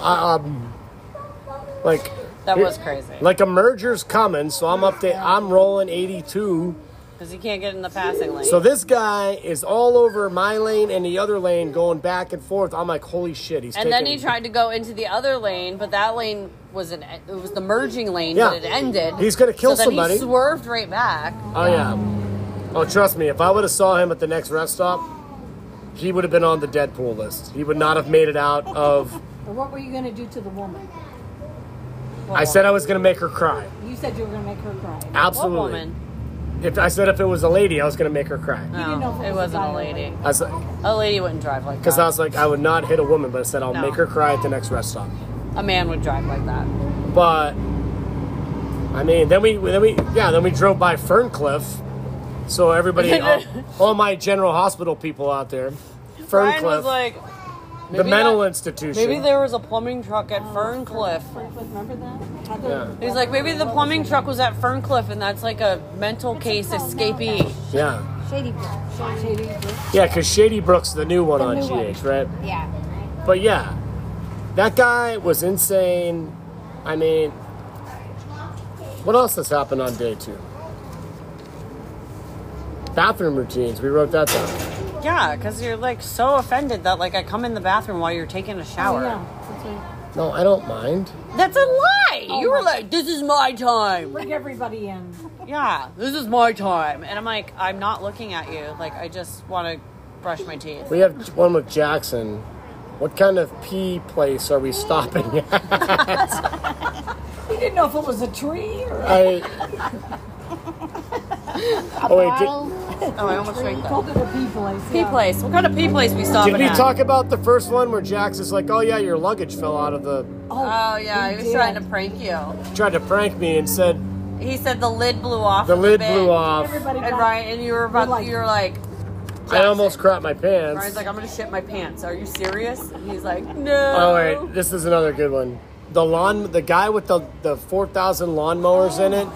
Uh, um, like that was crazy. like a merger's coming, so I'm up to I'm rolling 82. Because you can't get in the passing lane. So this guy is all over my lane and the other lane, going back and forth. I'm like, holy shit, he's. and then taking- he tried to go into the other lane, but that lane was an it was the merging lane, Yeah. but it ended. He's gonna kill so then somebody. He swerved right back. Oh yeah. Oh, trust me, if I would have saw him at the next rest stop, he would have been on the Deadpool list. He would not have made it out of. But what were you going to do to the woman? I said I was gonna make her cry. You said you were going to make her cry. You What Absolutely. woman? Oh. If I said if it was a lady, I was gonna make her cry. No, didn't know if it wasn't was guy a or lady. I was like, A lady wouldn't drive like because that. I was like, I would not hit a woman, but I said I'll No. make her cry at the next rest stop. a man would drive like that. But I mean, then we then we yeah then we drove by Ferncliff, so (laughs) everybody all, all my General Hospital people out there, Brian was Ferncliff, like the maybe mental that- institution. Maybe there was a plumbing truck Oh, at Ferncliff. Remember that? I thought- Yeah. He's like, maybe the plumbing truck was at Ferncliff, and that's like a mental case escapee. yeah, Shady Brook. Shady Brook. yeah, because Shady Brook's the new one The on new one. GH, right? Yeah. But yeah, that guy was insane. I mean, what else has happened on day two? Bathroom routines. We wrote that down. Yeah, because you're like so offended that like I come in the bathroom while you're taking a Oh, shower. yeah. That's right. No, I don't mind. That's a lie. you were Oh, my- like, this is my time. Bring everybody in. Yeah, this is my time. And I'm like, I'm not looking at you. Like, I just want to brush my teeth. We have one with Jackson. What kind of pee place are we stopping at? You didn't know if it was a tree or I, oh, wait, did, Oh, I almost drank you that. called it a pea place. Pea yeah. place. What kind of pea place we stopping did we at? talk about the first one where Jax is like, oh yeah, your luggage fell out of the. Oh yeah, he was did. trying to prank you. tried to prank me and said He said the lid blew off. the of lid bin. blew off. Everybody And got- Ryan, and you were about, We're like- you were like, I almost crapped my pants. Ryan's like, I'm gonna shit my pants. Are you serious? And he's like, no. Oh wait, this is another good one. The lawn, the guy with the the four thousand lawnmowers in it.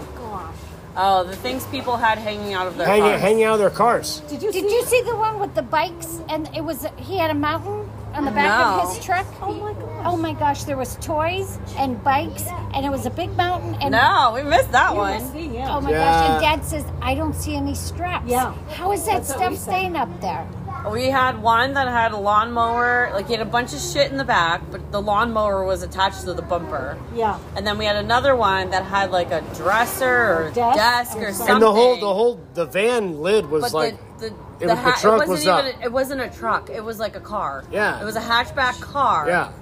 Oh, the things people had hanging out of Oh, their hanging, cars. hanging out of their cars. Did you Did see? you see the one with the bikes and it was he had a mountain on the back No. of his truck? Oh my gosh. Oh my gosh, there was toys and bikes and it was a big mountain and No, we missed that You one. must be, yeah. Oh my gosh, and dad says, I don't see any straps. Yeah. How is that That's what stuff we said. staying up there? We had one that had a lawnmower, like he had a bunch of shit in the back, but the lawnmower was attached to the bumper. yeah. And then we had another one that had like a dresser or a Desk desk or or something. something. And the whole the whole the van lid was But like the, the, it the, was- the ha- trunk it wasn't was even up. it wasn't a truck. It was like a car. Yeah. It was a hatchback car. Yeah.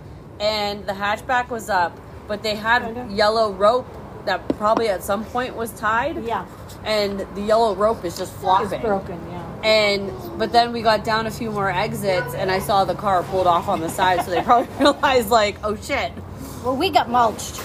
And the hatchback was up, but they had Kinda. yellow rope that probably at some point was tied. Yeah. And the yellow rope is just flopping. It's broken, yeah. And but then we got down a few more exits, and I saw the car pulled off on the side, so they probably (laughs) realized like, oh shit, Well, we got mulched.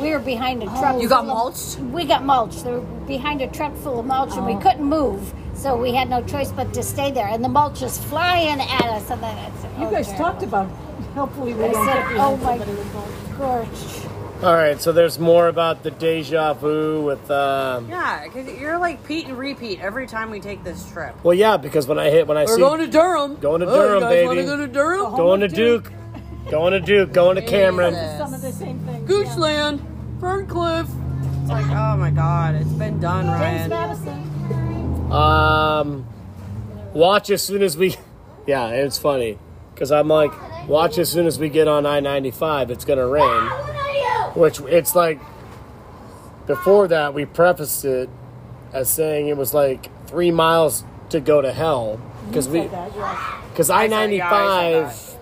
We were behind a truck. Oh. you got full of- mulched? We got mulched. They were behind a truck full of mulch, and we Oh. couldn't move, so we had no choice but to stay there. And the mulch is flying at us, and then it's You oh, guys dear. talked about. Hopefully we I don't said, get "Oh behind my somebody with both." gosh!" all right. So there's more about the deja vu with. Um, Yeah, because you're like Pete and repeat every time we take this trip. Well, yeah, because when I hit when I We're see going to Durham. Going to Oh, you Durham, guys baby. wanna go to Durham? going to Duke, going to Duke, going to Cameron. Jesus. Some of the same things. yeah. Goochland, Ferncliff. It's like, oh my god, it's been done, James Ryan. Madison. Um, watch as soon as we. Yeah, it's funny because I'm like, watch as soon as we get on I-95, it's gonna rain. What are you? Which it's like before that we prefaced it as saying it was like three miles to go to hell because we Said that, yeah. because I ninety yeah, I five said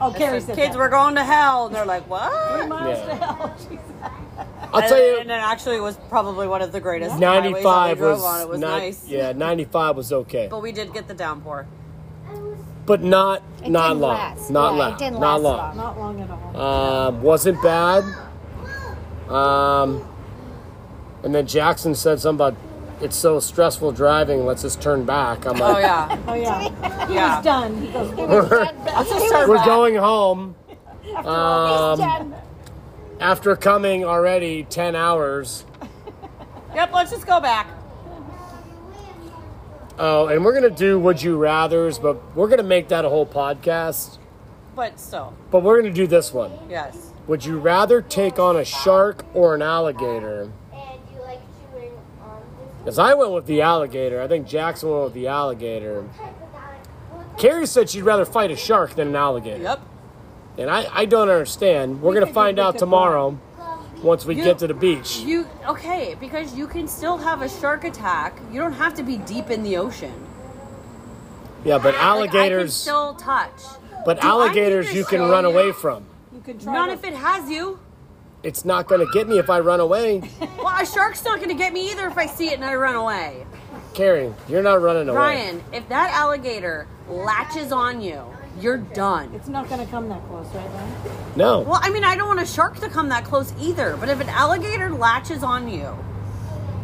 Oh, Carrie said Kids, that. we're going to hell, and they're like, what? Three miles to hell. I'll tell and, you and it actually was probably one of the greatest. ninety highways that five we drove was, on. It was not nice. yeah ninety five was okay But we did get the downpour. but not It not didn't long last. not Yeah, long It didn't not long, last Not long at all. Um, wasn't bad um and then Jackson said something about it's so stressful driving let's just turn back I'm like Oh (laughs) yeah, Oh (laughs) yeah. yeah. He's done. He goes. It was dead, but- we're going (laughs) home. He's Um, dead. after coming already 10 hours. Yep, let's just go back. Oh, and we're going to do Would You Rathers, but we're going to make that a whole podcast. But still, But we're going to do this one. yes. Would you rather take on a shark or an alligator? And you like chewing on this Because I went with the alligator. I think Jackson went with the alligator. type of diet. Carrie said she'd rather fight a shark than an alligator. Yep. And I, I don't understand. We're going to could find go out with the tomorrow once we You- get to the beach. You okay? Because you can still have a shark attack. You don't have to be deep in the ocean. Yeah, Like, but I can alligators, still touch. but I need alligators to you can show run you- away from. You can try. Not to- if it has you. it's not going to get me if I (laughs) run away. Well, a shark's not going to get me either if I see it and I run away. Carrie, you're not running away. Ryan, if that alligator latches on you, you're done. It's not going to come that close, right? Ryan? No. Well, I mean, I don't want a shark to come that close either, but if an alligator latches on you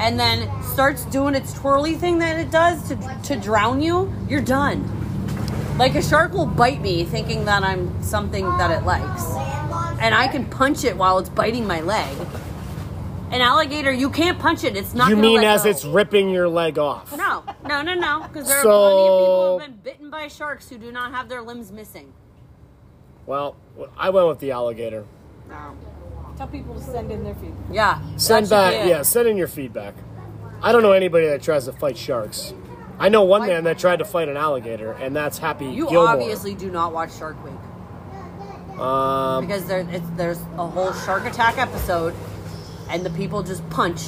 and then starts doing its twirly thing that it does to, to drown you, you're done. Like a shark will bite me thinking that I'm something that it likes. And I can punch it while it's biting my leg. An alligator, you can't punch it. It's not you gonna mean let as go. it's ripping your leg off? No, no, no, no. Because there are So- plenty of people who have been bitten by sharks who do not have their limbs missing. Well, I went with the alligator. No. Tell people to send in their feedback. Yeah. Send that should back, be it. yeah, send in your feedback. I don't know anybody that tries to fight sharks. I know one man that tried to fight an alligator, and that's Happy You Gilmore. obviously do not watch Shark Week um, because there, it's, there's a whole shark attack episode, and the people just punch,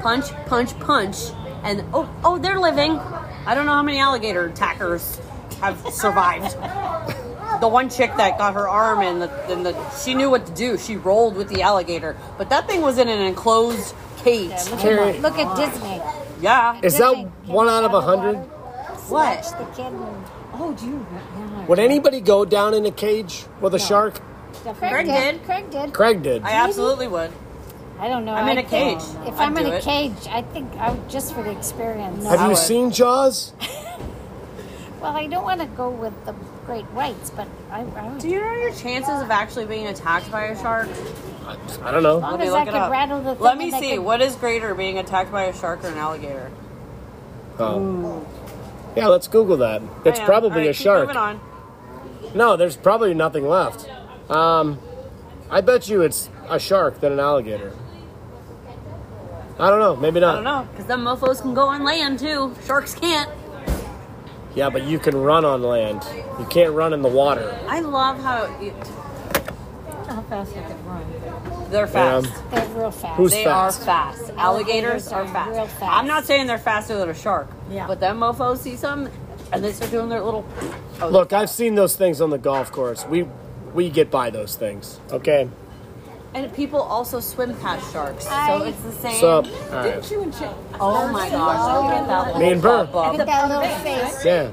punch, punch, punch, and oh, oh, they're living. I don't know how many alligator attackers have survived. The one chick that got her arm and the, and the she knew what to do. She rolled with the alligator, but that thing was in an enclosed cage. Carrie, Look at Disney. Yeah. is that one out of a hundred? What? The kid. and- Oh, do you? Yeah, Would anybody go down in a cage with a shark? definitely. Craig Craig did. did. Craig did. Craig did. I absolutely would. I don't know. I'm in I a think- cage. If I'd I'm in do a it. cage, I think I would just for the experience. Have I you would. seen Jaws? Well, I don't want to go with the great whites, but I, I would. Do you know your chances of actually being attacked by a shark? I, I don't know. long me as look I it could up. rattle the thing. Let me and I see. could- What is greater, being attacked by a shark or an alligator? Oh. Yeah, let's Google that. It's I am. probably All right, a keep shark. Moving on. No, there's probably nothing left. Um, I bet you it's a shark than an alligator. I don't know. Maybe I not. don't know, because them mofos can go on land too. Sharks can't. Yeah, but you can run on land. You can't run in the water. I love how you, How fast I could run. they're fast. Um, They're real fast. Who's- They fast? are fast. Alligators, Alligators are, are fast. real fast. I'm not saying they're faster than a shark. Yeah. But them mofos see some, and they start doing their little. Oh, Look, I've seen those things on the golf course. We we get by those things. Okay. And people also swim past sharks, so I- it's the same. So, all right. Didn't you and Chip? Oh my gosh! Look at that little Me and Burr. bubble. Look at that little face. Yeah.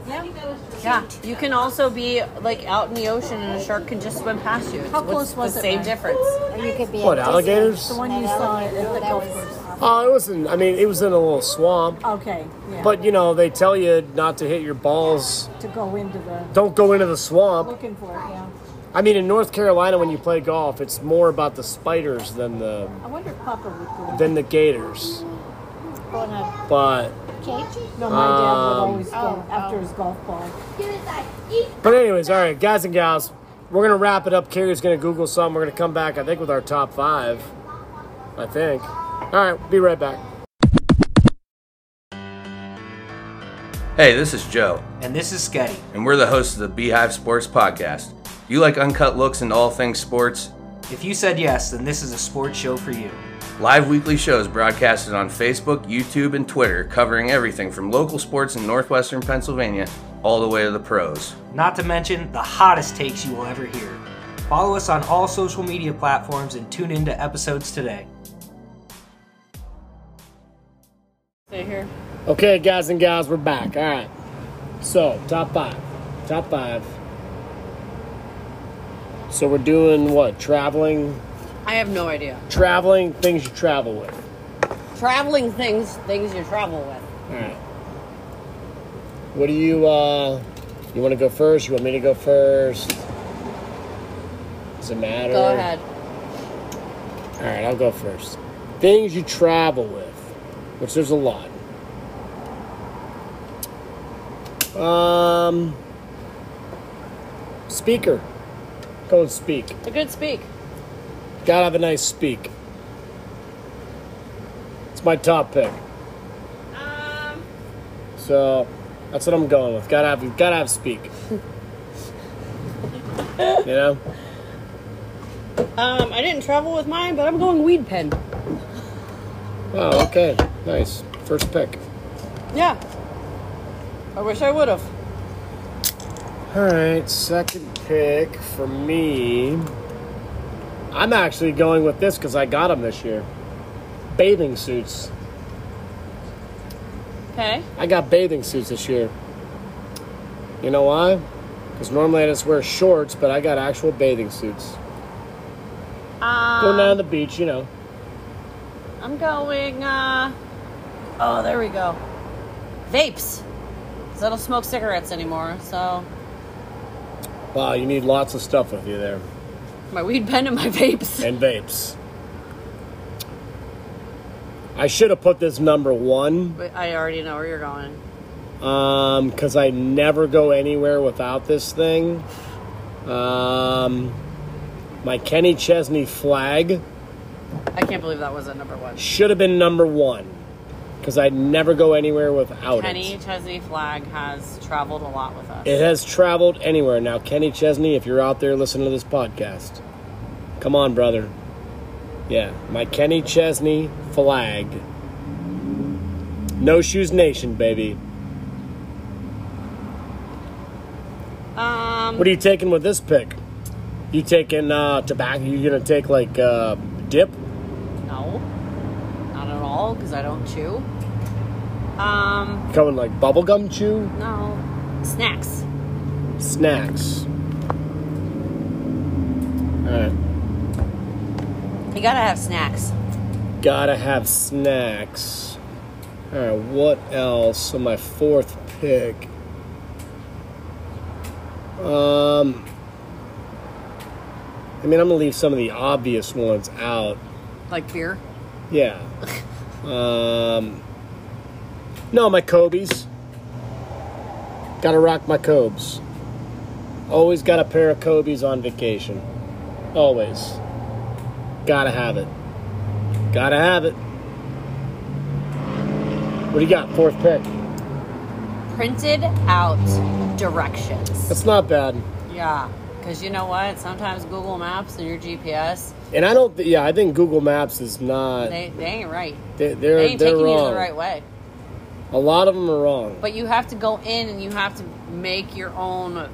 Yeah, you can also be like out in the ocean, and a shark can just swim past you. It's How what's close was the it, Same Mike? difference. Or you could be What, a Disney. alligators? The one That you saw at alligator, the that golf was- Oh, it wasn't. I mean, it was in a little swamp. Okay, yeah. But you know, they tell you not to hit your balls. to go into the Don't go into the swamp. looking for it, yeah. I mean, in North Carolina, when you play golf, it's more about the spiders than the I wonder if Papa would go. than the gators. Oh, in a But cage? No, my dad Um, would always go Oh, after oh. his golf ball. but anyways, all right, guys and gals, we're gonna wrap it up. Carrie's gonna Google some. We're gonna come back, I think, with our top five. I think. All right, be right back. Hey, this is Joe, And this is Scuddy. and we're the hosts of the Beehive Sports Podcast. Do you like uncut looks into all things sports? If you said yes, then this is a sports show for you. Live weekly shows broadcasted on Facebook, YouTube, and Twitter covering everything from local sports in northwestern Pennsylvania all the way to the pros. Not to mention the hottest takes you will ever hear. Follow us on all social media platforms and tune into episodes today. Stay here. Okay, guys and gals, we're back. All right. So, top five. Top five. So, we're doing what? Traveling? I have no idea. Traveling, things you travel with. Traveling things, things you travel with. All right. What do you, uh, you want to go first? You want me to go first? Does it matter? Go ahead. All right, I'll go first. Things you travel with, which there's a lot. Um, speaker. Go and speak. It's a good speak. Gotta have a nice speak. It's my top pick. Um, So that's what I'm going with. Gotta have, gotta have speak. you know, um, I didn't travel with mine, but I'm going weed pen. Oh, okay, nice first pick. Yeah. I wish I would have. All right, second pick for me. I'm actually going with this because I got them this year. Bathing suits. Okay. I got bathing suits this year. You know why? Because normally I just wear shorts, but I got actual bathing suits. Going down to the beach, you know. Uh, I'm going, uh, oh, there we go. Vapes. 'Cause I don't smoke cigarettes anymore, so Wow, you need lots of stuff with you there. my weed pen and my (laughs) vapes. And vapes. I should have put this number one. But I already know where you're going. um because i never go anywhere without this thing um my kenny chesney flag I can't believe that was a number one. should have been number one because i never go anywhere without Kenny it Chesney Flag has traveled a lot with us. it has traveled anywhere now kenny chesney if you're out there listening to this podcast come on brother yeah my kenny chesney flag no shoes nation baby Um, What are you taking with this pick? You taking uh, tobacco? You gonna take like uh, dip? no, not at all, because I don't chew. Um, Going like bubblegum chew? no, snacks. Snacks. Alright. You gotta have snacks. Gotta have snacks. Alright, what else? So my fourth pick. Um I mean, I'm gonna leave some of the obvious ones out. Like beer? Yeah. um, no, my Kobe's. Gotta rock my Cobes. Always got a pair of Kobe's on vacation. Always. Gotta have it. Gotta have it. What do you got? Fourth pick. Printed out directions. That's not bad. Yeah, because you know what? Sometimes Google Maps and your GPS, And I don't. yeah, I think Google Maps is not. They, they, they ain't right. They they're they are ain't they are taking you wrong. the right way. A lot of them are wrong. But you have to go in and you have to make your own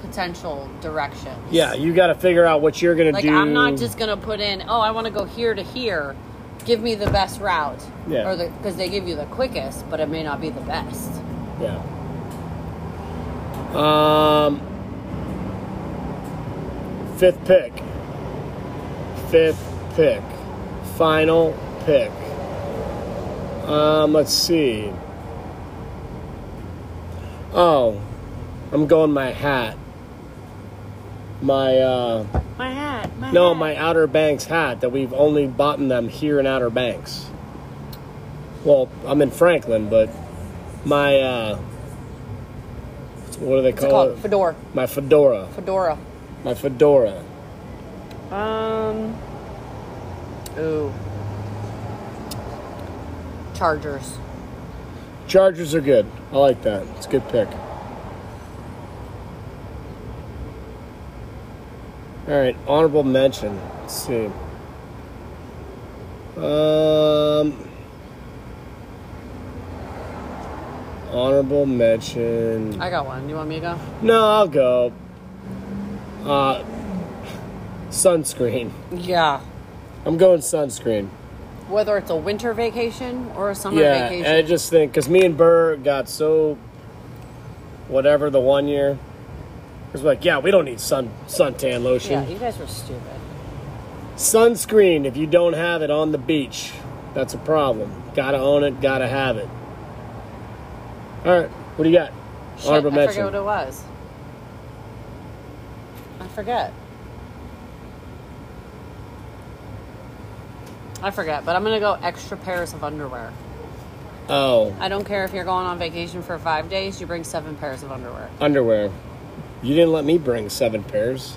potential directions. Yeah, you got to figure out what you're gonna Like do. I'm not just gonna put in, oh, I want to go here to here. Give me the best route, Yeah. or because they give you the quickest, but it may not be the best. Yeah. Um. Fifth pick. Fifth pick. Final pick. Um. Let's see. Oh, I'm going my hat. My uh. My hat. My No, my Outer Banks hat that we've only bought them here in Outer Banks. Well, I'm in Franklin, but my uh, what do they It's call called it? fedora. my fedora. Fedora. My fedora. Um. Ooh. Chargers. Chargers are good. I like that. It's a good pick. All right, honorable mention. Let's see. Um, honorable mention. I got one. You want me to go? No, I'll go. Uh, sunscreen. Yeah. I'm going sunscreen. Whether it's a winter vacation or a summer yeah, vacation. and I just think because me and Burr got so whatever the one year. It was like, yeah, we don't need sun suntan yeah, lotion, you guys were stupid. sunscreen. If you don't have it on the beach, that's a problem. Gotta own it. Gotta have it. All right, what do you got? Shit, I Honorable forget what mention. it was. I forget. I forget, but I'm gonna go extra pairs of underwear. Oh, I don't care if you're going on vacation for five days, you bring seven pairs of underwear. underwear. You didn't let me bring seven pairs.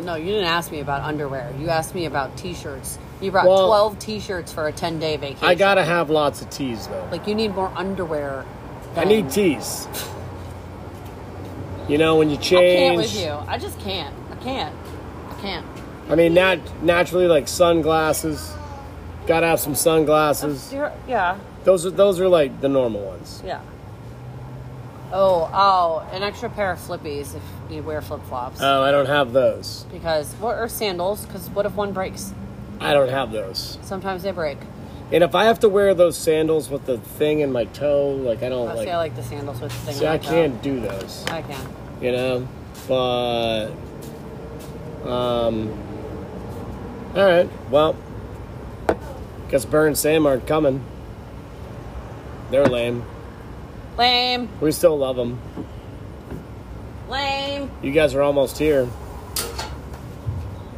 No, you didn't ask me about underwear. You asked me about t-shirts. You brought Well- 12 t-shirts for a 10-day vacation. I gotta have lots of teas though. Like you need more underwear. I than- need teas. You know when you I change. can't with you. I just can't. I can't. I can't. I mean, nat- naturally, like sunglasses. Gotta have some sunglasses. Yeah. Those are those are like the normal ones. Yeah. Oh, oh, an extra pair of flippies if you wear flip flops. Oh, I don't have those. because, what or sandals, because what if one breaks? I don't have those. Sometimes they break. And if I have to wear those sandals with the thing in my toe, like I don't I like. say I like the sandals with the thing. see, on I the can't do those. top. I can. You know, but um. All right. Well, guess Burr and Sam aren't coming. They're lame. Lame. We still love them. Lame. You guys are almost here.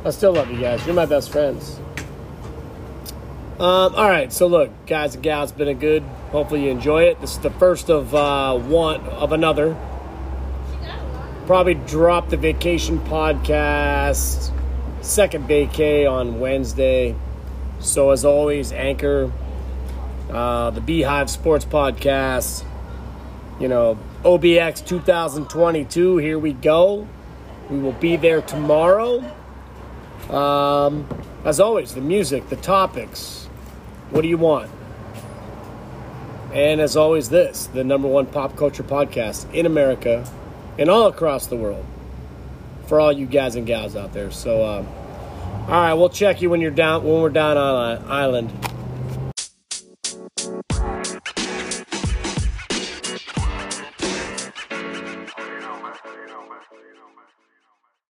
I still love you guys. You're my best friends. Um, all right, so look, guys and gals, it's been a good. Hopefully, you enjoy it. This is the first of uh, one of another. Probably drop the vacation podcast second vacay on Wednesday. So as always, Anchor, uh, the Beehive Sports Podcast, you know, OBX 2022. Here we go. We will be there tomorrow. Um, as always, the music, the topics. What do you want? And as always, this the number one pop culture podcast in America and all across the world for all you guys uh, and gals out there. So, um, all right, we'll check you when you're down when we're down on an island.